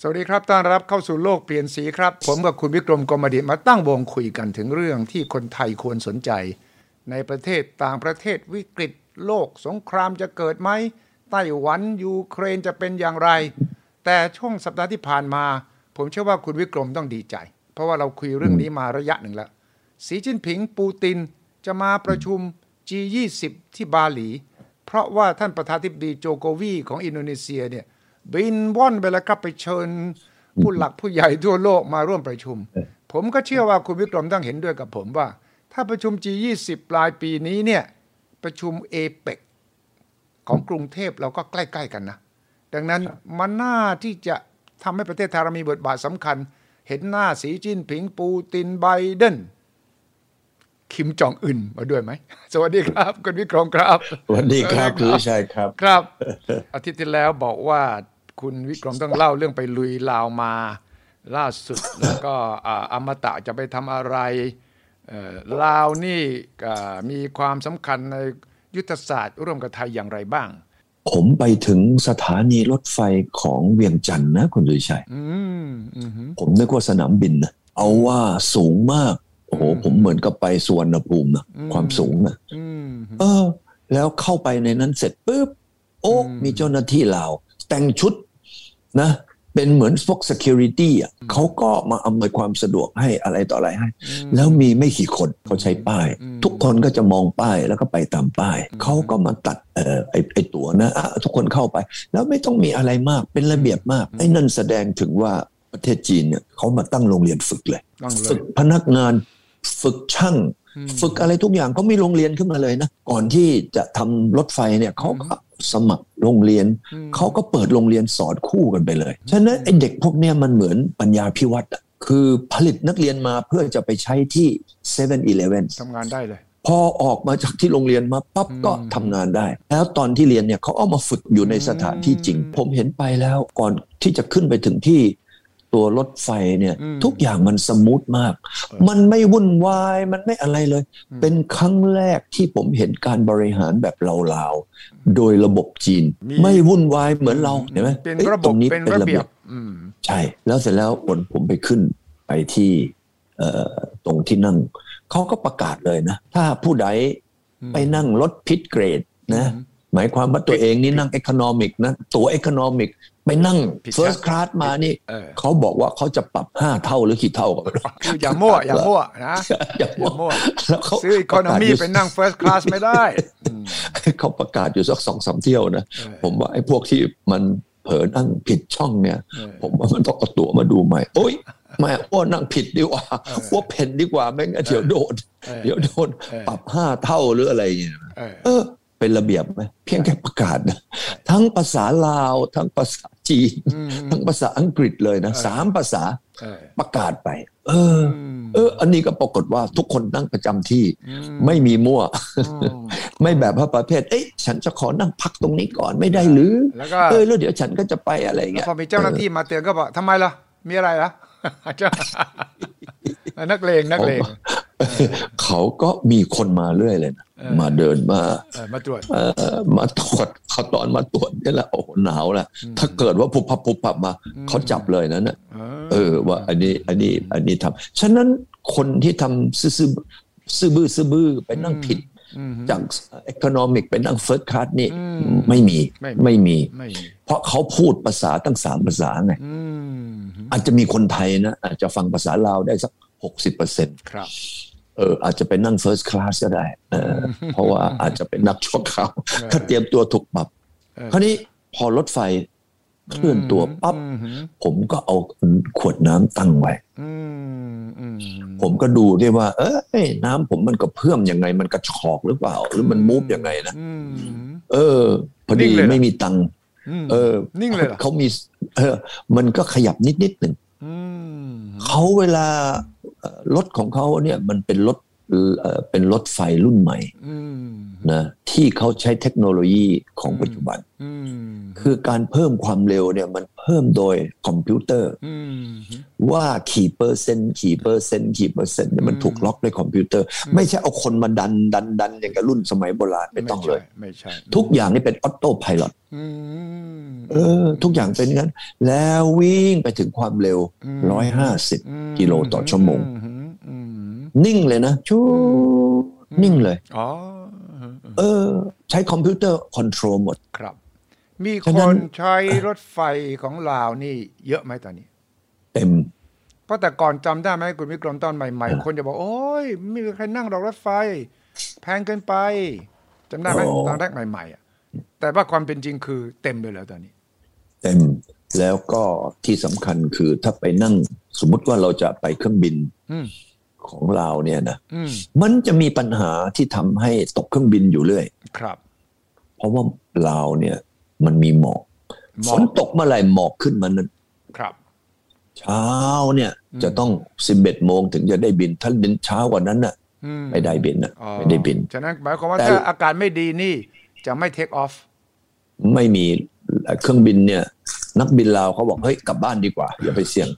สวัสดีครับ ต้อนรับเข้าสู่โลกเปลี่ยนสีครับ ผมกับคุณวิกรมกรมดิตมาตั้งวงคุยกันถึงเรื่องที่คนไทยควรสนใจ ในประเทศต่างประเทศวิกฤต โลกสงครามจะเกิดไหมไต้หวันยูเครนจะเป็นอย่างไร แต่ช่วงสัปดาห์ที่ผ่านมา ผมเชื่อว่าคุณวิกรมต้องดีใจ เพราะว่าเราคุยเรื่องนี้มาระยะหนึ่งแล้ว สีจิ้นผิงปูตินจะมาประชุม G20 ที่บาหลี เพราะว่าท่านประธานทิบดีโจโกวีของอินโดนีเซียเนี่ย บินว่อนไปแล้วครับไปเชิญผู้หลักผู้ใหญ่ทั่วโลกมาร่วมประชุม ผมก็เชื่อว่าคุณวิกรมต้องเห็นด้วยกับผมว่า ถ้าประชุม G20 ปลายปีนี้เนี่ยประชุมเอเปกของกรุงเทพเราก็ใกล้ๆกันนะ ดังนั้นมันน่าที่จะทำให้ประเทศไทยเรามีบทบาทสำคัญ เห็นหน้าสีจิ้นผิงปูตินไบเดน คิมจองอึนมาด้วยไหม สวัสดีครับคุณวิกรมครับ สวัสดีครับคุณวิชัยครับ ครับ อาทิตย์ที่แล้วบอกว่าคุณวิกรมต้องเล่าเรื่องไปลุยลาวมา ล่าสุด แล้วก็อ่าอมตะจะไปทำอะไรเอ่อลาวนี่อ่ามีความสำคัญในยุทธศาสตร์ร่วมกับไทยอย่างไรบ้าง ผมไปถึงสถานีรถไฟของเวียงจันทน์นะคุณวิชัย อืมอือหือ ผมนึกว่าสนามบินนะเอาว่าสูงมากโอ้โหผมเหมือนกับไปสวนภูมินะความสูงนะ อืม เออ แล้วเข้าไปในนั้นเสร็จปุ๊บโอ้ อืม มีเจ้าหน้าที่ลาว แต่งชุดนะ เป็นเหมือนพวก security อ่ะเขาก็มาอำนวยความสะดวกให้อะไรต่ออะไรให้ อืม แล้วมีไม่กี่คนเขาใช้ป้าย อืม ทุกคนก็จะมองป้ายแล้วก็ไปตามป้ายเขาก็มาตัดเอ่อไอไอตั๋วนะอ่ะทุกคนเข้าไป แล้วไม่ต้องมีอะไรมากเป็นระเบียบมากไอ้นั่นแสดงถึงว่าประเทศจีนเนี่ยเขามาตั้งโรงเรียนฝึกเลย ต้องเลย ฝึกพนักงาน ฝึกช่าง อืม ฝึกอะไรทุกอย่างเขามีโรงเรียนขึ้นมาเลยนะก่อนที่จะทำรถไฟเนี่ยเขาก็สมัครโรงเรียน อืม เขาก็เปิดโรงเรียนสอนคู่กันไปเลยฉะนั้นไอ้เด็กพวกเนี้ยมันเหมือนปัญญาพิวัตรอะคือผลิตนักเรียนมาเพื่อจะไปใช้ที่7 e เ e ่ e อ ทำงานได้เลย พอออกมาจากที่โรงเรียนมาปั๊บ อืม ก็ทำงานได้ แล้วตอนที่เรียนเนี่ยเขาเอามาฝึกอยู่ในสถานที่จริง อืม ผมเห็นไปแล้วก่อนที่จะขึ้นไปถึงที่ตัวรถไฟเนี่ย อืม ทุกอย่างมันสมูทมาก มันไม่วุ่นวาย มันไม่อะไรเลย อืม เป็นครั้งแรกที่ผมเห็นการบริหารแบบลาวๆ โดยระบบจีน มี ไม่วุ่นวายเหมือนเราเห็นไหม เป็น อ้ย ระบ ต บ งนี้ เป็นระเบียบ อืม ใช่ แล้วเสร็จแล้ววันผมไปขึ้นไปที่เอ่อตรงที่นั่ง เขาก็ประกาศเลยนะ ถ้าผู้ใด อืม ไปนั่งรถพิษเกรดนะ อืม หมายความว่าตัวเองนี่นั่งเอ o n o m i c นะ ตัวเอ o n o m i c ไปนั่ง ผิด First Class มานี่ เออ เขาบอกว่าเขาจะปรับห้าเท่าหรือกี่เท่า ก็ไม่รู้ คืออย่ามั่วอย่ามั่วนะ อย่า อย่า มั่ มั่ ว ว แล้วเขา ซื้ออีโคโนมี ประกาศยู่ ไปนั่งเฟิร์สคลาสไม่ได้อืม เขาประกาศอยู่สักสองสามเที่ยวนะ เออ ผมว่าไอ้พวกที่มันเผลอนั่งผิดช่องเนี่ย เออ ผมว่ามันต้องเอาตั๋วมาดูใหม่ โอ๊ยแม่อ้วนนั่งผิดดีกว่า เออ อ้วนเพนดีกว่าไม่งั้นเดี๋ยวโดน เออ เดี๋ยวโดน เออ ปรับห้าเท่าหรืออะไรอย่างเงี้ย เออ เออเป็นระเบียบไหมเพียงแค่ประกาศนะทั้งภาษาลาว ทั้งภาษาจีน อืม ทั้งภาษาอังกฤษเลยนะ เออ สามภาษา เออ ประกาศไป เอออ ม เออ อันนี้ก็ปรากฏว่าทุกคนนั่งประจำที่ อืม ไม่มีมั่ว อืม ไม่แบบว่าประเภท เอ้ยฉันจะขอนั่งพักตรงนี้ก่อนไม่ได้หรือ แล้วก็ เอ้ยแล้วเดี๋ยวฉันก็จะไปอะไร แล้ว เงี้ย พอมีเจ้าหน้าที่มาเตือนก็บอกทำไมล่ะ มีอะไรล่ะ เจ้านักเลงนักเลง เออ เขาก็มีคนมาเรื่อยเลยนะ เออ มาเดินมา เออมาตรวจ เอ่อมาตรวจเขาตอนมาตรวจนี่แหละโอ้โหหนาวแหละถ้าเกิดว่าผุบพับผุบพับมา อืม เขาจับเลยนะเนี่ย เอ เอ อ อว่าอันนี้อันนี้อันนี้ทำฉะนั้นคนที่ทำซื่อซื่อซื่อบื้อซื่อบื้อไปนั่งผิด อืม จากเอ o n o m i c ไปนั่งเฟิร์สคลาสนี่ อืม ไม่มี ไม่มี ไม่มี ไม่มี เพราะเขาพูดภาษาตั้งสามภาษาไง อืม อาจจะมีคนไทยนะ อาจจะฟังภาษาลาวได้สัก 60%เ ครับ อออาจจะไปนั่ง First Class ก็ได้เออ เพราะว่าอาจจะเป็นนักชั่วคราวถ้าเตรียมตัวถูกปรับ เออ คราวนี้พอรถไฟเคลื่อนตัวปั๊บ อืม ผมก็เอาขวดน้ำตั้งไว้ อืมอืม ผมก็ดูด้วยว่า เอ้ยน้ำผมมันกระเพื่อมยังไง มันกระชอกหรือเปล่า หรือมันมูฟยังไงนะ อืม เออ พอดี นิ่งเลยเหรอ ไม่มีตังค์ อืม เออ นิ่งเลยเหรอ เขามีเออมันก็ขยับนิดนิดๆหนึ่ง อืม เขาเวลาเอ่อรถของเขาเนี่ยมันเป็นรถเอ่อเป็นรถไฟรุ่นใหม่ อืม นะที่เขาใช้เทคโนโลยีของปัจจุบัน อืม คือการเพิ่มความเร็วเนี่ยมันเพิ่มโดยคอมพิวเตอร์ อืม ว่ากี่เปอร์เซ็นต์กี่เปอร์เซ็นต์กี่เปอร์เซ็นต์เนี่ยมัน อืม ถูกล็อกด้วยคอมพิวเตอร์ ไม่ใช่เอาคนมาดันดันดันอย่างกับรุ่นสมัยโบราณไม่ต้องเลย ไม่ใช่ไม่ใช่ ทุกอย่างนี่เป็นออโต้พายロ อืม เออ ทุกอย่างเป็นอย่างนั้น แล้ววิ่งไปถึงความเร็ว มอืม 150 กิโลต่อชั่วโมง อือืม นิ่งเลยนะชูนิ่งเลย อ๋อ เออ ใช้คอมพิวเตอร์คอนโทรลหมด ครับ มี ฉะ ค นั้น นใช้รถไฟของลาวนี่เยอะไหมตอนนี้ เต็ม เพราะแต่ก่อนจำได้ไหมคุณวิกรมตอนใหม่ อ่า ๆ คนจะบอก โอ้ยไม่มีใครนั่งหรอกรถไฟ แพงเกินไปจำได้ไหม โอ้ ตอนแรกใหม่ๆอ่ะแต่ว่าความเป็นจริงคือเต็มเลยแล้วตอนนี้ เต็ม แล้วก็ที่สำคัญคือถ้าไปนั่งสมมติว่าเราจะไปเครื่องบิน อืม ของเราเนี่ยนะ อืม มันจะมีปัญหาที่ทำให้ตกเครื่องบินอยู่เรื่อย ครับ เพราะว่าลาวเนี่ยมันมีหมอก หม ฝ อน ก ตกเมื่อไหร่หมอกขึ้นมันนั้น ครับ เช้าเนี่ย อืม จะต้อง 11 โมงถึงจะได้บิน ถ้าบินเช้ากว่านั้นน่ะ อืม ไม่ได้บินน่ะ อ๋อ ไม่ได้บิน ฉะนั้นหมายความว่า แต่ ถ้าอาการไม่ดีนี่จะไม่เทคออฟ ไม่มีเครื่องบินเนี่ย นักบินลาวเขาบอกเฮ้ยกลับบ้านดีกว่า อย่าไปเสี่ยง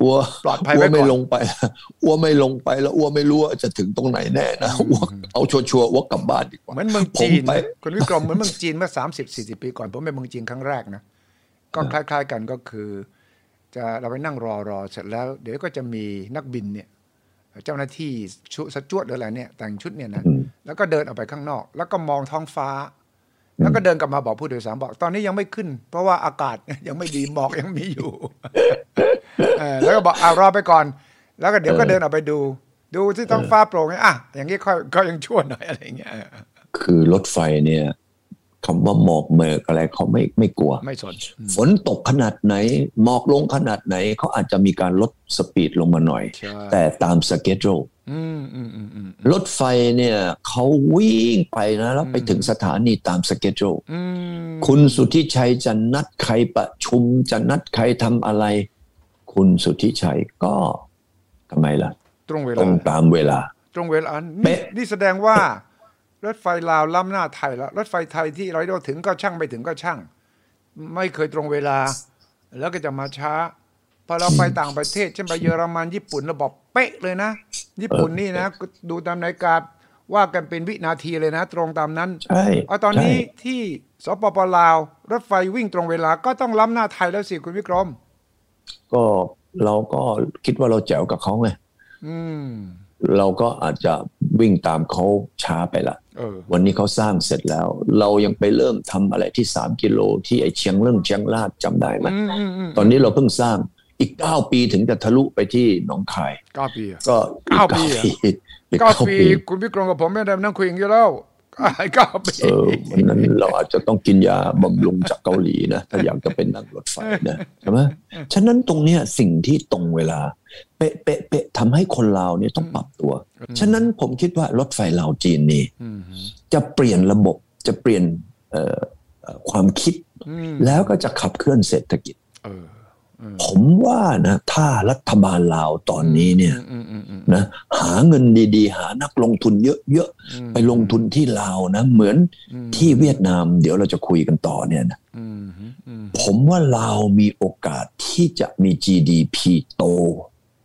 อัว ปลอดภัยไว้ อั ก่อวน ไม่ลงไปแล้วอัวไม่ลงไปแล้วอัวไม่รู้ว่าจะถึงตรงไหนแน่นะอัวเอาชัวร์ๆอัวกลับบ้านดีกว่า เหมือนเมืองจีน ผมไป คุณวิกรมเหมือนเมืองจีนเมื่อสามสิบสี่สิบปีก่อน ผมไปเมืองจีนครั้งแรกนะ ก็คล้ายๆกันก็คือ จะเราไปนั่งรอรอเสร็จแล้ว เดี๋ยวก็จะมีนักบินเนี่ย เจ้าหน้าที่ชุดสจวดหรืออะไรเนี่ย แต่งชุดเนี่ยนะ อืม แล้วก็เดินออกไปข้างนอก แล้วก็มองท้องฟ้า แล้วก็เดินกลับมาบอกผู้โดยสารบอก ตอนนี้ยังไม่ขึ้น เพราะว่าอากาศ ยังไม่ดีหมอกยังมีอยู่ เออแล้วก็บอกเอารอไปก่อน แล้วก็เดี๋ยวก็เดินออกไปดู ดูที่ท้องฟ้าโปร่งไงอ่ะอย่างนี้ค่อยก็ยังชั่วหน่อยอะไรอย่างเงี้ยเออ คือรถไฟเนี่ยคำว่าหมอกเมอกอะไรเขาไม่ไม่กลัว ไม่สนอืม ฝนตกขนาดไหน หมอกลงขนาดไหน เขาอาจจะมีการลดสปีดลงมาหน่อย ใช่ แต่ตามสเกจโร อืมอืมอืมอืม รถไฟเนี่ยเขาวิ่งไปนะ แล้วไปถึงสถานีตามสเกจโร อืม คุณสุทธิชัยจะนัดใครประชุมจะนัดใครทำอะไร คุณสุทธิชัยก็ทำไมล่ะ ตรงเว ตร ลา งตามเวลา ตรงเวลา เป๊ะ นี่นี่แสดงว่า รถไฟลาวล้ำหน้าไทยแล้วรถไฟไทยที่เราเรียกว่าถึงก็ช่างไม่ถึงก็ช่าง ไม่เคยตรงเวลา แล้วก็จะมาช้า พอเราไปต่างประเทศเช่นไปเยอรมันญี่ปุ่นเราบอกเป๊ะเลยนะ ญี่ปุ่นนี่นะ ดูตามนาฬิกาว่ากันเป็นวินาทีเลยนะ ตรงตามนั้น ใช่ เอาตอนนี้ ใช่ ที่สปปลาว รถไฟวิ่งตรงเวลาก็ต้องล้ำหน้าไทยแล้วสิคุณวิกรม ก็เราก็คิดว่าเราแจ๋วกับเขาไง อืม เราก็อาจจะวิ่งตามเขาช้าไปละ เออ วันนี้เขาสร้างเสร็จแล้ว เรายังไปเริ่มทำอะไรที่ 3 กิโลที่ไอเชียงเรื่องเชียงลาดจำได้ไหม อืมอืมอืม ตอนนี้เราเพิ่งสร้างอีก 9 ปีถึงจะทะลุไปที่หนองคาย เก้าปีอะ ก็อี เก้าปีเหรอ อีก เก้า เก้า ปี ปี คุณพิกรมกับผมไม่ได้มานั่งคุยอย่างนี้แล้ว เก้าปี เออวันนั้นเราอาจจะต้องกินยาบำรุงจากเกาหลีนะ ถ้าอยากจะเป็นนั่งรถไฟนะใช่ไหมฉะนั้นตรงเนี้ยสิ่งที่ตรงเวลา เป๊ะเป๊ะเป๊ะทำให้คนเราวเนี่ยต้องปรับตัว ฉะนั้นผมคิดว่ารถไฟลาวจีนนี่ อืมฮึ จะเปลี่ยนระบบจะเปลี่ยนเอ่อเอ่อความคิด อืม แล้วก็จะขับเคลื่อนเศรษฐกิจ เออ ผมว่านะถ้ารัฐบาลลาวตอนนี้เนี่ย อืมอืมอืม นะหาเงินดีๆ หานักลงทุนเยอะ อืม ๆ ไปลงทุนที่ลาวนะ เหมือน อืม ที่เวียดนามเดี๋ยวเราจะคุยกันต่อเนี่ยนะ อืมฮึอืม ผมว่าลาวมีโอกาสที่จะมี GDP โต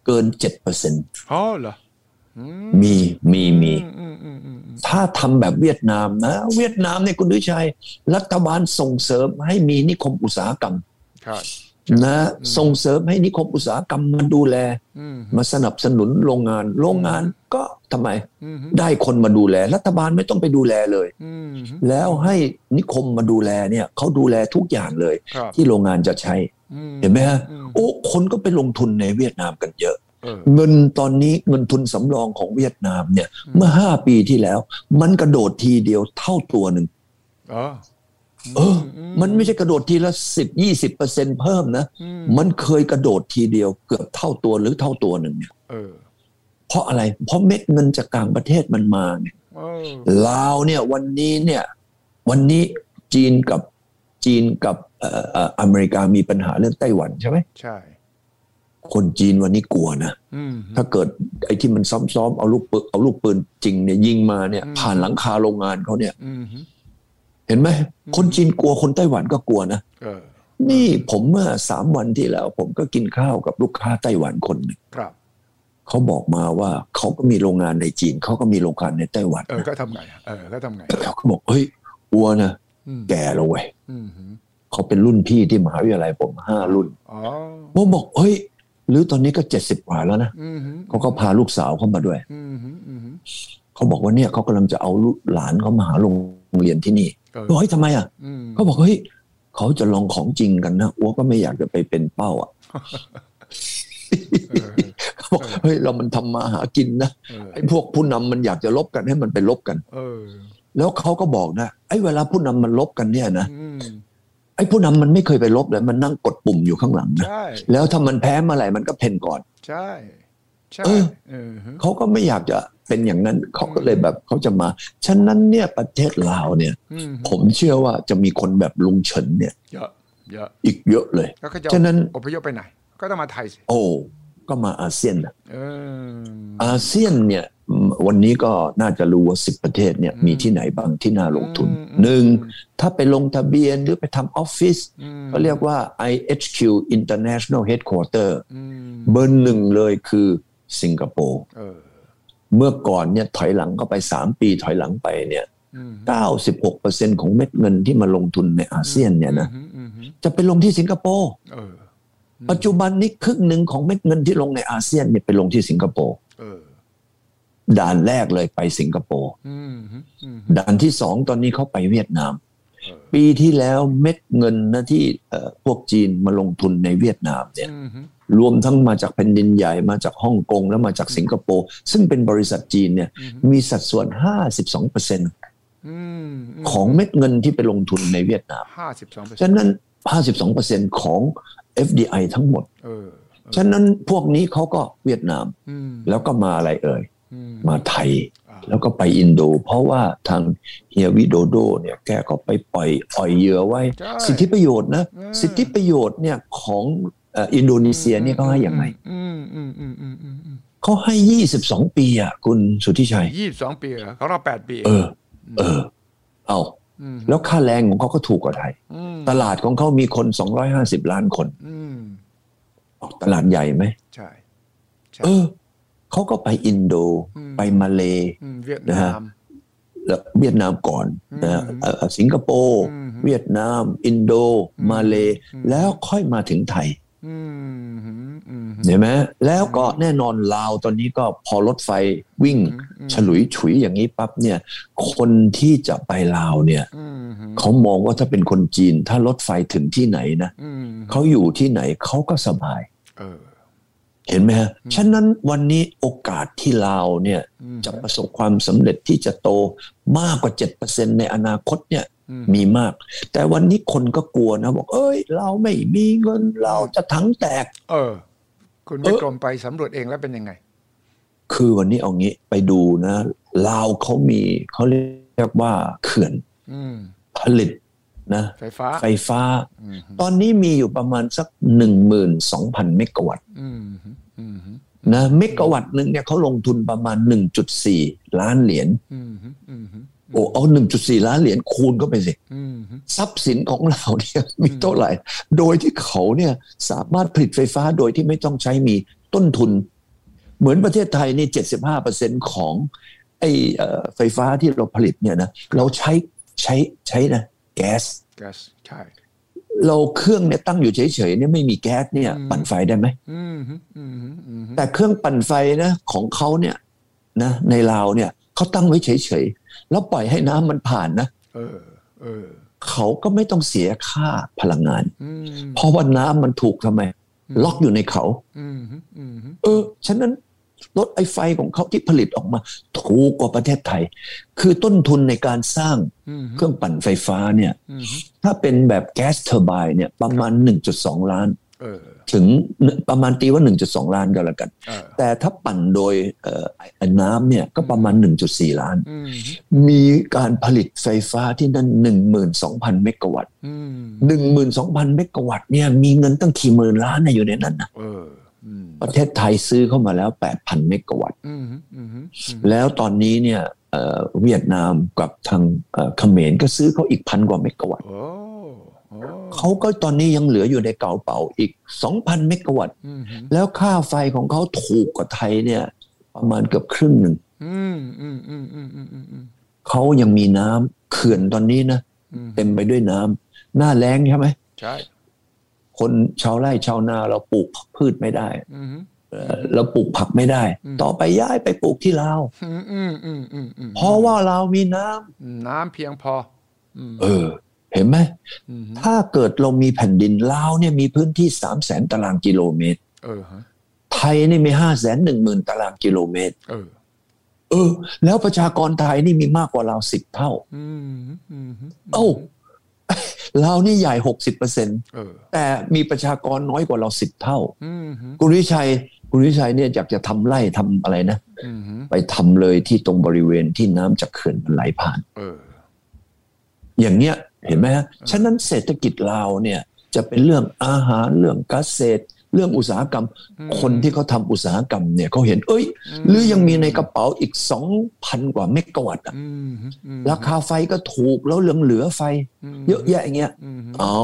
เกิน 7% อ๋อเหรออื มีมีมี อืมอืมอืมอืม ถ้าทำแบบเวียดนามนะ เวียดนามเนี่ยคุณดุชัย รัฐบาลส่งเสริมให้มีนิคมอุตสาหกรรม ใช่ นะส่งเสริมให้นิคมอุตสาหกรรมมาดูแล อืม มาสนับสนุนโรงงาน โรงงานก็ทำไม อืมฮึ ได้คนมาดูแล รัฐบาลไม่ต้องไปดูแลเลย อืมฮึ แล้วให้นิคมมาดูแลเนี่ยเขาดูแลทุกอย่างเลย ครับ ที่โรงงานจะใช้ อืม เห็นไหมฮะ อืม โอ้คนก็ไปลงทุนในเวียดนามกันเยอะ เออ เงินตอนนี้เงินทุนสำรองของเวียดนามเนี่ยเมื่อ 5 ปีที่แล้ว มันกระโดดทีเดียวเท่าตัวหนึ่ง เออ เออ มันไม่ใช่กระโดดทีละสิบยี่สิบเปอร์เซ็นเพิ่มนะ อืม มันเคยกระโดดทีเดียวเกือบเท่าตัวหรือเท่าตัวหนึ่งเนี่ย เออ เพราะอะไร เพราะเม็ดเงินจากต่างประเทศมันมาเนี่ย เออ ลาวเนี่ยวันนี้เนี่ย วันนี้จีนกับจีนกับเอ่อเอ่ออเมริกามีปัญหาเรื่องไต้หวันใช่ไหม ใช่ คนจีนวันนี้กลัวนะ อืม ถ้าเกิดไอ้ที่มันซ้อมๆเอาลูกปืนเอาลูกปืนจริงเนี่ยยิงมาเนี่ย อืม ผ่านหลังคาโรงงานเขาเนี่ย อืม เห็นไหมคนจีนกลัวคนไต้หวันก็กลัวนะ เออ นี่ผมเมื่อสามวันที่แล้ว ผมก็กินข้าวกับลูกค้าไต้หวันคนหนึ่ง ครับ เขาบอกมาว่าเขาก็มีโรงงานในจีนเขาก็มีโรงงานในไต้หวัน เออก็ทำไงเออก็ทำไง เขาก็บอกเฮ้ยอัวนะ อืม แก่แล้วเว้ย อืม เขาเป็นรุ่นพี่ที่มหาวิทยาลัยผมห้ารุ่น อ๋อ ผมบอกเฮ้ย หรือตอนนี้ก็เจ็ดสิบกว่าแล้วนะ อืม เขาก็พาลูกสาวเข้ามาด้วย อืมอืม เขาบอกว่าเนี่ยเขากำลังจะเอาลูกหลานเขามาหาโรงเรียนที่นี่ เออ บอกเฮ้ยทำไมอ่ะ อืม เขาบอกเฮ้ยเขาจะลองของจริงกันนะอัวก็ไม่อยากจะไปเป็นเป้าอ่ะ เออ เขาบอกเฮ้ยเรามันทำมาหากินนะ เออ ไอ้พวกผู้นำมันอยากจะลบกันให้มันไปลบกัน เออ แล้วเขาก็บอกนะไอ้เวลาผู้นำมันลบกันเนี่ยนะ อืม ไอ้ผู้นำมันไม่เคยไปลบเลยมันนั่งกดปุ่มอยู่ข้างหลังนะ ใช่ แล้วถ้ามันแพ้เมื่อไหร่มันก็เพ่นก่อน ใช่ใช่ เออ เออฮึ เขาก็ไม่อยากจะเป็นอย่างนั้นเขาก็เลยแบบเขาจะมาฉะนั้นเนี่ยประเทศลาวเนี่ย อืม ผมเชื่อว่าจะมีคนแบบลุงเฉินเนี่ย เยอะเยอะ อีกเยอะเลย แล้วก็จะ ฉะนั้น อพยพไปไหน ก็ต้องมาไทยสิ โอ้ก็มาอาเซียนนะ เออ อาเซียนเนี่ยอืมวันนี้ก็น่าจะรู้ว่าสิบประเทศเนี่ย อืม มีที่ไหนบ้างที่น่าลงทุน อืม หนึ่งถ้าไปลงทะเบียนหรือไปทำออฟฟิศ อืม ก็เรียกว่า IHQ International Headquarter อืม เบอร์หนึ่งเลยคือสิงคโปร์ เออ เมื่อก่อนเนี่ยถอยหลังก็ไป 3 ปีถอยหลังไปเนี่ย อืม 96%ของเม็ดเงินที่มาลงทุนในอาเซียนเนี่ยนะ อืมอืมอืม จะไปลงที่สิงคโปร์ เออ อืม ปัจจุบันนี้ครึ่งหนึ่งของเม็ดเงินที่ลงในอาเซียนเนี่ยไปลงที่สิงคโปร์ เออ ด่านแรกเลยไปสิงคโปร์ อืมฮึอืมฮึ ด่านที่สองตอนนี้เขาไปเวียดนาม เออ ปีที่แล้วเม็ดเงินนะที่เอ่อพวกจีนมาลงทุนในเวียดนามเนี่ย อืมฮึ รวมทั้งมาจากแผ่นดินใหญ่มาจากฮ่องกงและมาจากสิงคโปร์ซึ่งเป็นบริษัทจีนเนี่ย อืมฮึ มีสัดส่วน 52% อืม ของเม็ดเงินที่ไปลงทุนในเวียดนาม ห้าสิบสองเปอร์เซ็นต์ ฉะนั้น 52%ของ FDI ทั้งหมด เออเออ ฉะนั้นพวกนี้เขาก็เวียดนาม อืม แล้วก็มาอะไรเอ่ย อื มาไทย อ่า แล้วก็ไปอินโด เพราะว่าทางเฮียวิโดโดเนี่ยแกก็ไปปล่อยอ่อยเหยื่อไว้ ใช่ สิทธิประโยชน์นะ อืม สิทธิประโยชน์เนี่ยของเอ่ออินโดนีเซียเนี่ยเขาให้อย่างไร อืมอืมอืมอืมอืมอืม เขาให้ 22 ปีอ่ะคุณสุทธิชัย ยี่สิบสองปีเหรอของเราแปดปี เออ เออ เอา ม แล้วค่าแรงของเขาก็ถูกกว่าไทย อืม ตลาดของเขามีคน 250 ล้านคน อืม ออกตลาดใหญ่ไหม ใช่ เออเขาก็ไปอินโด อืม ไปมาเล อืมเวียดนานะฮะ ม แล้วเวียดนามก่อนนะ อืม เอ่อสิงคโปร์ อืม เวียดนาม อินโด มาเล อืม แล้วค่อยมาถึงไทย อืมอืมอืม เห็นไหมแล้วก็แน่นอนลาวตอนนี้ก็พอรถไฟวิ่ง อืมอืม ฉลุยฉุยอย่างนี้ปั๊บเนี่ยคนที่จะไปลาวเนี่ย อืมอืม เขามองว่าถ้าเป็นคนจีน ถ้ารถไฟถึงที่ไหนนะ อืม เขาอยู่ที่ไหนเขาก็สบาย เออ เห็นไหมฮะฉะนั้นวันนี้โอกาสที่ลาวเนี่ย อืม จะประสบความสำเร็จที่จะโตมากกว่า 7%ในอนาคตเนี่ย อืม มีมาก แต่วันนี้คนก็กลัวนะบอกเอ้ยเราวไม่มีเงินเราวจะถังแตก เออ คุณวิกรมไปสำรวจเองแล้วเป็นยังไง คือวันนี้เอางี้ไปดูนะลาวเขามีเขาเรียกว่าเขื่อน อืม ผลิตนะ ไฟฟ้า ไฟฟ้า อืม ตอนนี้มีอยู่ประมาณสัก 12,000 เมกะวัตต์ อืมอืมอืม นะเมกะวัตต์หนึ่งเนี่ยเขาลงทุนประมาณ 1.4 ล้านเหรียญ อืมอืมอืม โอ้เอา 1.4 ล้านเหรียญคูณเข้าไปสิ อืม ทรัพย์สินของเราเนี่ยมีเท่าไหร่ โดยที่เขาเนี่ยสามารถผลิตไฟฟ้าโดยที่ไม่ต้องใช้มีต้นทุน เหมือนประเทศไทยนี่75%ของไอเอ่อไฟฟ้าที่เราผลิตเนี่ยนะเราใช้ใช้ใช้นะแก๊ส แก๊สใช่ เราเครื่องเนี่ยตั้งอยู่เฉยๆเนี่ยไม่มีแก๊สเนี่ย อืม ปั่นไฟได้ไหม อืมอืมอืม แต่เครื่องปั่นไฟนะของเขาเนี่ยนะในลาวเนี่ยเขาตั้งไว้เฉยๆแล้วปล่อยให้น้ำมันผ่านนะ เออ เออ เขาก็ไม่ต้องเสียค่าพลังงาน อืม เพราะว่าน้ำมันถูกทำไม อืม ล็อกอยู่ในเขา อืมอืม เออ ฉะนั้นรถไอไฟของเขาที่ผลิตออกมา ถูกกว่าประเทศไทย คือต้นทุนในการสร้าง อืม เครื่องปั่นไฟฟ้าเนี่ย อืม ถ้าเป็นแบบแก๊สเทอร์ไบน์เนี่ยประมาณ 1.2 ล้าน เออ ถึงประมาณตีว่า 1.2 ล้านก็แล้วกัน เออ แต่ถ้าปั่นโดยเอ่อไอ้น้ำเนี่ยก็ประมาณ 1.4 ล้าน อืม มีการผลิตไฟฟ้าที่นั่น 12,000 เมกะวัตต์ อืม 12,000 เมกะวัตต์เนี่ยมีเงินตั้งกี่หมื่นล้านนะอยู่ในนั้นนะ เออ อืม ประเทศไทยซื้อเข้ามาแล้ว 8,000 เมกะวัตต์ อืมอืมอืม แล้วตอนนี้เนี่ยเอ่อเวียดนามกับทางเอ่อเขมรก็ซื้อเขาอีกพันกว่าเมกะวัตต์ โอ้โอ้ เขาก็ตอนนี้ยังเหลืออยู่ในกระเป๋าอีก 2,000 เมกะวัตต์ อืม แล้วค่าไฟของเขาถูกกว่าไทยเนี่ยประมาณเกือบครึ่งหนึ่ง อืมอืมอืมอืมอืมอืมอืม เขายังมีน้ำเขื่อนตอนนี้นะ อืม เต็มไปด้วยน้ำหน้าแล้งใช่ไหม ใช่ คนชาวไร่ชาวนาเราปลูกพืชไม่ได้ อืม เอ่อเราปลูกผักไม่ได้ อืม ต่อไปย้ายไปปลูกที่ลาว อืมอืมอืมอืมอืม เพราะว่าลาวมีน้ำ น้ำเพียงพออืม เออ เห็นไหม ม ถ้าเกิดเรามีแผ่นดินลาวเนี่ยมีพื้นที่สามแสนตารางกิโลเมตร เออฮะ ไทยนี่มีห้าแสนหนึ่งหมื่นตารางกิโลเมตร เออ เออ แล้วประชากรไทยนี่มีมากกว่าลาวสิบเท่า อืมอืม เอ้า ลาวนี่ใหญ่หกสิบเปอร์เซ็น เออ แต่มีประชากรน้อยกว่าเราสิบเท่า อืมอืม คุณวิชัยคุณวิชัยเนี่ยอยากจะทำไร่ทำอะไรนะ อืม ไปทำเลยที่ตรงบริเวณที่น้ำจากเขื่อนมันไหลผ่าน เออ อย่างเนี้ยเห็นไหมฮะฉะนั้นเศรษฐกิจลาวเนี่ยจะเป็นเรื่องอาหารเรื่องเกษตร เรื่องอุตสาหกรรม อืม คนที่เขาทำอุตสาหกรรมเนี่ยเขาเห็นเอ้ย หรือยังมีในกระเป๋าอีก 2,000 กว่าเมกะวัตต์อะ อืมอืม ราคาไฟก็ถูกแล้วเหลืองเหลือไฟ ม เยอะแยะอย่างเงี้ย อืม เอา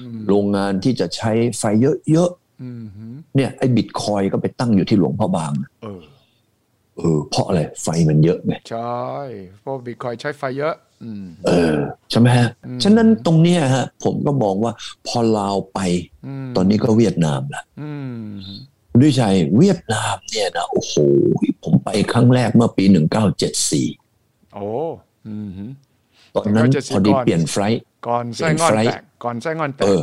อืม โรงงานที่จะใช้ไฟเยอะ อืม ๆเนี่ยไอ้บิตคอยก็ไปตั้งอยู่ที่หลวงพ่อบางนะ เออ เออเพราะอะไรไฟมันเยอะไง ใช่เพราะบิตคอยใช้ไฟเยอะ อืม เออใช่ไหมฮะ อืม ฉะนั้นตรงเนี้ยฮะผมก็มองว่าพอลาวไป ม ตอนนี้ก็เวียดนามละ อืม คุณด้วยชัยเวียดนามเนี่ยนะโอ้โหผมไปครั้งแรกเมื่อปี 1974 โอ้อืม ตอนนั้น 1974 พอดี ก่อน เปลี่ยนไฟลท์ ก่อนไส้งอน เป็นไฟ แตกก่อนไส้งอนแต เอก อ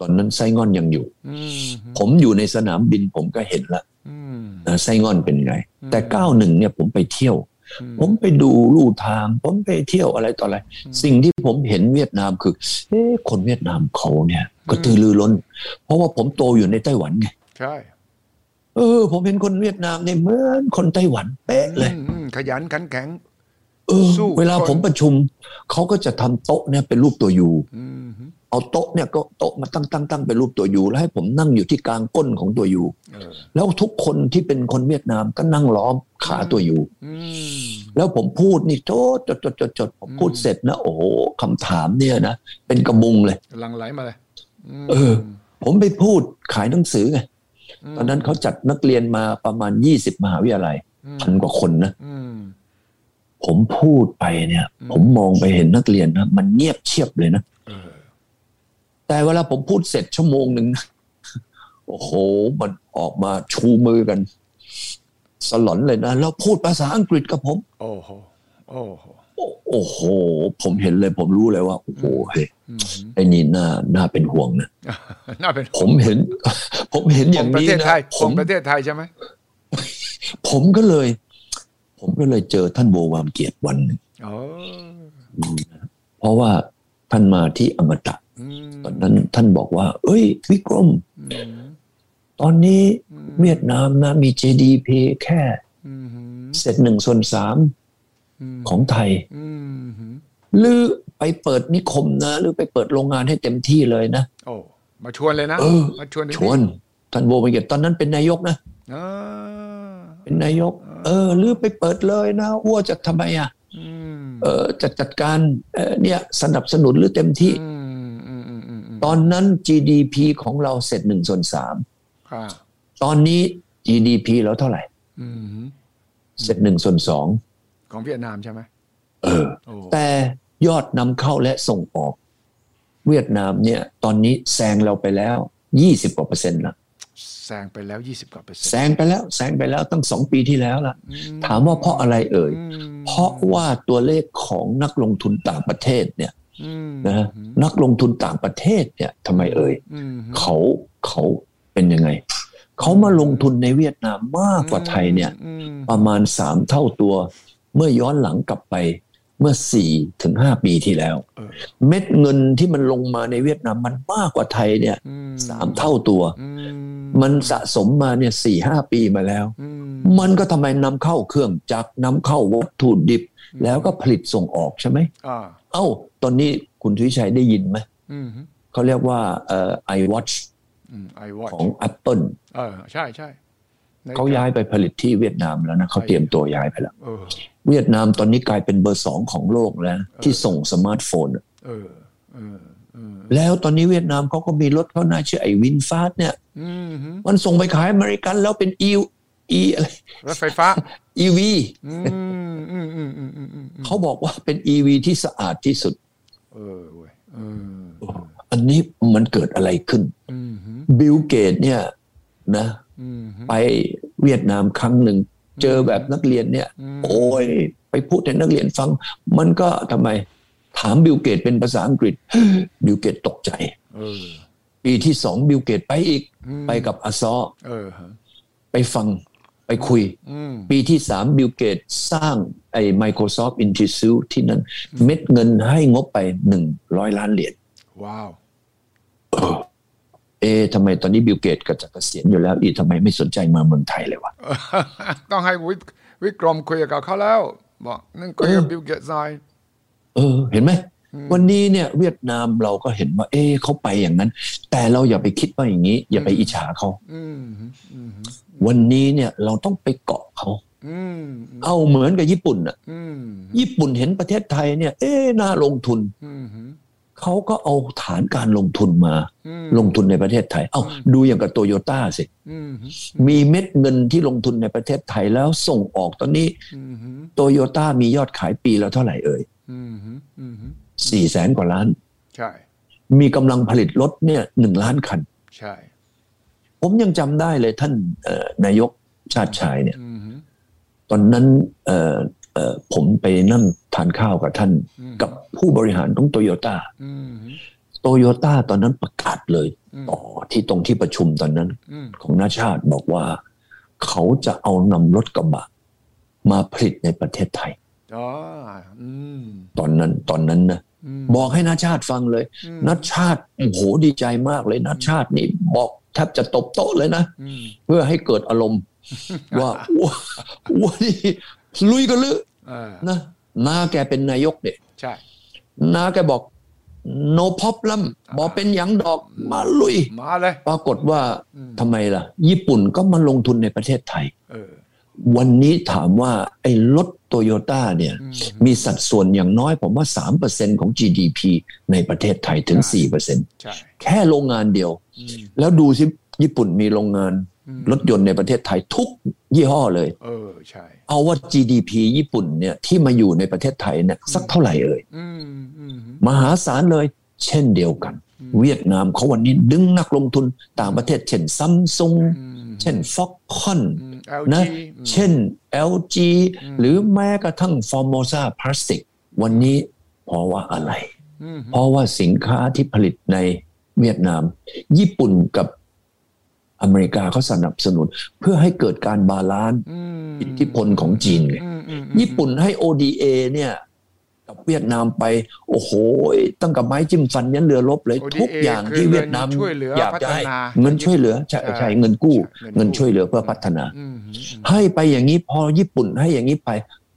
ตอนนั้นไส้งอนยังอยู่ อืม ผมอยู่ในสนามบินผมก็เห็นละ อืม นะไส้งอนเป็นไง อืม แต่ 91 เนี่ยผมไปเที่ยว อืม ผมไปดูลู่ทาง ผมไปเที่ยวอะไรต่ออะไร อืม สิ่งที่ผมเห็นเวียดนามคือเอ๊ะคนเวียดนามเขาเนี่ยก็ อืม ตือรือร้น เพราะว่าผมโตอยู่ในไต้หวันไง ใช่ เออผมเห็นคนเวียดนามเนี่ยเหมือนคนไต้หวันเป๊ะเลย อืมอืมขยันขันแข็ง เออ สู้ เวลา คน ผมประชุม เขาก็จะทำโต๊ะเนี่ยเป็นรูปตัวยู อืม เอาโต๊ะเนี่ยก็โต๊ะมาตั้งตั้งตั้งเป็นรูปตัวยูแล้วให้ผมนั่งอยู่ที่กลางก้นของตัวยู เออ แล้วทุกคนที่เป็นคนเวียดนามก็นั่งล้อมขาตัวยู อืม แล้วผมพูดนี่จดจดจดจดจดผม อืม พูดเสร็จนะโอ้โหคำถามเนี่ยนะเป็นกระบุงเลย หลังไหลมาเลยม เออ ผมไปพูดขายหนังสือไง ม ตอนนั้นเขาจัดนักเรียนมาประมาณ 20 มหาวิทยาลัย อืม พันกว่าคนนะ อืม ผมพูดไปเนี่ย อืม ผมมองไปเห็นนักเรียนนะมันเงียบเชียบเลยนะ เออ แต่เวลาผมพูดเสร็จชั่วโมงหนึ่ งนะ โอ้โห มันออกมาชูมือกัน สลอนเลยนะ แล้วพูดภาษาอังกฤษกับผม โอ้โห โอ้โห โอ้โอ้โห ผมเห็นเลย ผมรู้เลยว่าโอ้โหเฮ้ย อืม ไอ้นี่น่าน่าเป็นห่วงนะ น่าเป็น ผมเห็น ผมเห็นอย่อา ย่าง ง ประ นี้ เทศไท นะ ย ผ ผม ม ประเทศไทยใช่ไหม ผมก็เลย ผมก็เลยเจอท่านโบวามเกียรติวันหนึ่ง โอ้ เพราะว่าท่านมาที่อมตะ อืม ตอนนั้นท่านบอกว่า เอ้ย วิกรม อืม ตอนนี้เวียดนามนะมี GDP แค่ อืม เศษหนึ่งส่วนสาม ม ของไทย อืม หรือไปเปิดนิคมนะ หรือไปเปิดโรงงานให้เต็มที่เลยนะ โอ้มาชวนเลยนะ เออ มาชวนถึง ชวนท่านโบไปเกตตอนนั้นเป็นนายกนะ เออ เป็นนายก เออ หรือไปเปิดเลยนะอ้วจะทำไมอ่ะ อืม เออจัดจัดการเอ่อเนี่ยสนับสนุนหรือเต็มที่ อืมอืมอืมอืมอืม ตอนนั้น GDP ของเราเศษหนึ่งส่วนสาม ค่ะ ตอนนี้ GDP เราเท่าไหร่ อืม เศษหนึ่งส่วนสอง ของเวียดนามใช่ไหม เออ โอ้ แต่ยอดนำเข้าและส่งออก เวียดนามเนี่ย ตอนนี้แซงเราไปแล้ว 20กว่าเปอร์เซ็นต์ละ แซงไปแล้วยี่สิบกว่าเปอร์ แซ เซ็นต์ งไปแล้วแซงไปแล้วตั้งสองปีที่แล้วละถามว่าเพราะอะไรเอ่ย อืม เพราะว่าตัวเลขของนักลงทุนต่างประเทศเนี่ย อืม นะฮะนักลงทุนต่างประเทศเนี่ยทำไมเอ่ย อืม เขาเขาเป็นยังไง เขามาลงทุนในเวียดนามมากกว่าไทยเนี่ย อืม ประมาณสามเท่าตัว เมื่อย้อนหลังกลับไปเมื่อสี่ถึงห้าปีที่แล้ว เออ เม็ดเงินที่มันลงมาในเวียดนามมันมากกว่าไทยเนี่ย อื สามเท่าตัว อื มันสะสมมาเนี่ยสี่ห้าปีมาแล้ว อืม มันก็ทำไมนำเข้าเครื่องจักรนำเข้าวัตถุดิบ แล้วก็ผลิตส่งออกใช่ไหม อ่า เอ้า ตอนนี้คุณทวิชัยได้ยินไหม อืม เขาเรียกว่าเอ่อ iWatch ไอวอท ของ Apple เออใช่ใช่ใน เขาย้ายไปผลิตที่เวียดนามแล้วนะเขาเตรียมตัวย้ายไปแล้ว เออ เวียดนามตอนนี้กลายเป็นเบอร์สองของโลกแล้วนะที่ส่งสมาร์ทโฟนอะ เออ เออเออ แล้วตอนนี้เวียดนามเขาก็มีรถเขาน่าเชื่อไอ้วินฟาสเนี่ย อืมฮึ มันส่งไปขายอเมริกันแล้วเป็น e อีอะไร รถไฟฟ้า EV อืมอืมอืมอืมอืมอืม เขาบอกว่าเป็น EV ที่สะอาดที่สุด เออเว้ยเออ อันนี้มันเกิดอะไรขึ้น อืมฮึ บิลเกตเนี่ยนะ อืมฮึ ไปเวียดนามครั้งหนึ่ง เจอแบบนักเรียนเนี่ย อืม โอ้ย ไปพูดให้นักเรียนฟัง มันก็ทำไม ถามบิลเกตเป็นภาษาอังกฤษ บิลเกตตกใจ เออ ปีที่สองบิลเกตไปอีก อืม ไปกับอาซอ เออฮะ ไปฟังไปคุย อืม ปีที่สามบิลเกตสร้างไอ้ Microsoft Institute ที่นั้นเม็ดเงินให้งบไปหนึ่งร้อยล้านเหรียญ ว้าว เอ๊ะทำไมตอนนี้บิลเกตก็จะเกษียณอยู่แล้ว อีทำไมไม่สนใจมาเมืองไทยเลยวะ ต้องให้วิวิกรมคุยกับเขาแล้ว บอกนั่นคุยกับบิลเกตไซน์ เออ เห็นไหม วันนี้เนี่ยเวียดนามเราก็เห็นว่า เอ๊ะเขาไปอย่างนั้น แต่เราอย่าไปคิดว่าอย่างนี้ อย่าไปอิจฉาเขา อืมฮึอืมฮึ วันนี้เนี่ยเราต้องไปเกาะเขา อืมฮึ เอาเหมือนกับญี่ปุ่นอ่ะ อืม ญี่ปุ่นเห็นประเทศไทยเนี่ย เอ๊ะน่าลงทุน ฮึอืมฮึ เขาก็เอาฐานการลงทุนมา อืม ลงทุนในประเทศไทย เอาดูอย่างกับโตโยต้าสิ อืมฮึ มีเม็ดเงินที่ลงทุนในประเทศไทยแล้วส่งออกตอนนี้ อืมฮึ โตโยต้ามียอดขายปีละเท่าไหร่เอ่ย อืมฮึอืมฮึ สี่แสนกว่าล้าน ใช่ มีกำลังผลิตรถเนี่ยหนึ่งล้านคัน ใช่ ผมยังจำได้เลยท่านเอ่อนายกชาติชายเนี่ย อืมฮึ ตอนนั้นเอ่อเอ่อผมไปนั่งทานข้าวกับท่าน อืม กับผู้บริหารของโตโยต้า อืมฮึ โตโยต้าตอนนั้นประกาศเลยต่อที่ตรงที่ประชุมตอนนั้น อืม ของนาชาติบอกว่า เขาจะเอานำรถกระบะมาผลิตในประเทศไทย อ๋ออืม ตอนนั้นตอนนั้นนะ อืม บอกให้นาชาติฟังเลย อืม นาชาติโอ้โหดีใจมากเลยนาชาตินี่บอกแทบจะตบโต๊ะเลยนะ อืม เพื่อให้เกิดอาร มณ์ ว่า ว้าว้านี่ลุยกันเลย เออ นะนาแกเป็นนายกเนี่ย ใช่ นาแกบอก no problem บอกเป็นหยังดอกมาลุย มาเลย ปรากฏว่า อืม ทำไมล่ะ ญี่ปุ่นก็มาลงทุนในประเทศไทย เออ วันนี้ถามว่า ไอ้รถโตโยต้าเนี่ย อืม มีสัดส่วนอย่างน้อยผมว่า 3%ของ GDP ในประเทศไทยถึง 4% ใช่ แค่โรงงานเดียว อืม แล้วดูสิญี่ปุ่นมีโรงงาน อืม รถยนต์ในประเทศไทยทุกยี่ห้อเลย เออใช่ เอาว่า GDP ญี่ปุ่นเนี่ยที่มาอยู่ในประเทศไทยเนี่ยสักเท่าไหร่เอ่ย อืมอืมฮึ มหาศาลเลย เช่นเดียวกัน เวียดนามเขาวันนี้ดึงนักลงทุนต่างประเทศ เช่นซัมซุง อืม เช่นฟ็อกคอน อืม LG นะ อืม เช่น LG หรือแม้กระทั่ง Formosa Plastic วันนี้เพราะว่าอะไร อืม เพราะว่าสินค้าที่ผลิตในเวียดนาม ญี่ปุ่นกับอเมริกาเขาสนับสนุน เพื่อให้เกิดการบาลานซ์ อืม อิทธิพลของจีนไง อืมอืม ญี่ปุ่นให้ ODA เนี่ย กับเวียดนามไป โอ้โหตั้งกับไม้จิ้มฟันยันเรือรบเลย โ DA ทุกอย่าง คื ที่เวียดนาม งินช่วยเหลืออยอาก พัฒ ได้ นา เงินช่วยเหลือใช่ ใช่ ใช่เงินกู้ ใช่เงินกู้ เงินช่วยเหลือเพื่อพัฒนา อืมฮึอืม ให้ไปอย่างนี้พอญี่ปุ่นให้อย่างนี้ไป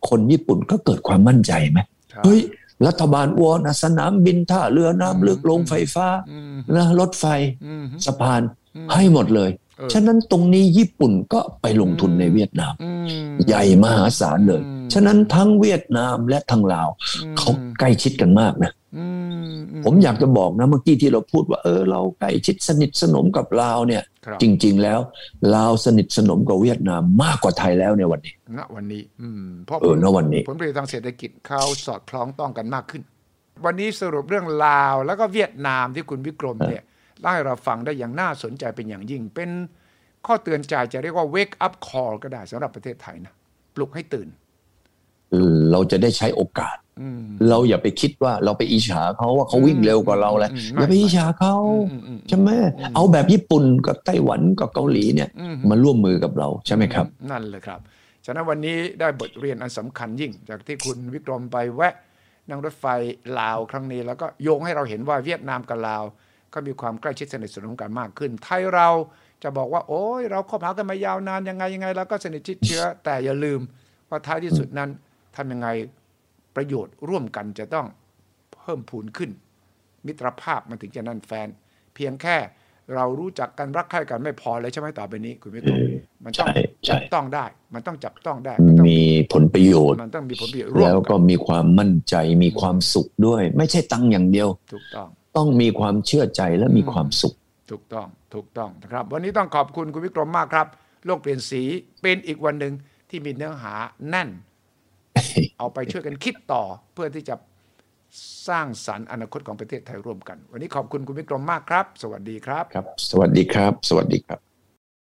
คนญี่ปุ่นก็เกิดความมั่นใจไหม ครับ เฮ้ยรัฐบาลอ้วนะสนามบินท่าเรือน้ำลึกโรงไฟฟ้า อืม นะรถไฟ อืมฮึ สะพาน อืม ให้หมดเลย เออ ฉะนั้นตรงนี้ญี่ปุ่นก็ไปลงทุนในเวียดนาม อืม ใหญ่มหาศาลเลย อืม ฉะนั้นทั้งเวียดนามและทั้งลาว เขาใกล้ชิดกันมากนะ อืมอืม ผมอยากจะบอกนะเมื่อกี้ที่เราพูดว่าเออเราใกล้ชิดสนิทสนมกับลาวเนี่ย ครับ จริง ๆ แล้วลาวสนิทสนมกับเวียดนามมากกว่าไทยแล้วในวันนี้ ณวันนี้ อืมเพราะ เออณวันนี้ ผลประโยชน์ทางเศรษฐกิจเขาสอดคล้องต้องกันมากขึ้น วันนี้สรุปเรื่องลาว แล้วก็เวียดนามที่คุณวิกรมเนี่ยเล่าให้เราฟังได้อย่างน่าสนใจเป็นอย่างยิ่ง เป็นข้อเตือนใจจะเรียกว่า wake up call ก็ได้สำหรับประเทศไทยนะปลุกให้ตื่น เออเราจะได้ใช้โอกาส อืม เราอย่าไปคิดว่าเราไปอิจฉาเขาว่าเขาวิ่งเร็วกว่าเราแล้ว อืม อย่าไปอิจฉาเขา อืมอืมอืม ใช่ไหมเอาแบบญี่ปุ่นกับไต้หวันกับเกาหลีเนี่ย อืม มาร่วมมือกับเราใช่ไหมครับ นั่นเลยครับ ฉะนั้นวันนี้ได้บทเรียนอันสำคัญยิ่ง จากที่คุณวิกรมไปแวะ นั่งรถไฟลาวครั้งนี้ แล้วก็โยงให้เราเห็นว่าเวียดนามกับลาว ก็มีความใกล้ชิดสนิทสนมกันมากขึ้น ไทยเราจะบอกว่า โอ้ยเราคบหากันมายาวนานยังไงยังไงเราก็สนิทชิดเชื้อ แต่อย่าลืมว่าท้ายที่สุดนั้นทำยังไงประโยชน์ร่วมกันจะต้องเพิ่มพูนขึ้น มิตรภาพมันถึงจะนั่นแฟน เพียงแค่ เรารู้จักกันรักใคร่กันไม่พอเลยใช่ไหมต่อไปนี้ คุณวิกรม เออ มันต้อง ใช่ใช่ จับต้องได้ มันต้องจับต้องได้นต้อง มีผลประโยชน์ มันต้องมีผลประโยชน์ร่วม แล้ว กั ก็มีความมั่นใจมีความสุขด้วย ไม่ใช่ตังค์อย่างเดียว ถูกต้อง ต้องมีความเชื่อใจและมีความสุข ถูกต้อง ถูกต้องนะครับ วันนี้ต้องขอบคุณคุณวิกรมมากครับ โลกเปลี่ยนสีเป็นอีกวันหนึ่งที่มีเนื้อหาแน่น เอาไปช่วยกันคิดต่อ เพื่อที่จะสร้างสรรค์อนาคตของประเทศไทยร่วมกัน วันนี้ขอบคุณคุณวิกรมมากครับ สวัสดีครับ ครับ สวัสดีครับ สวัสดีครับ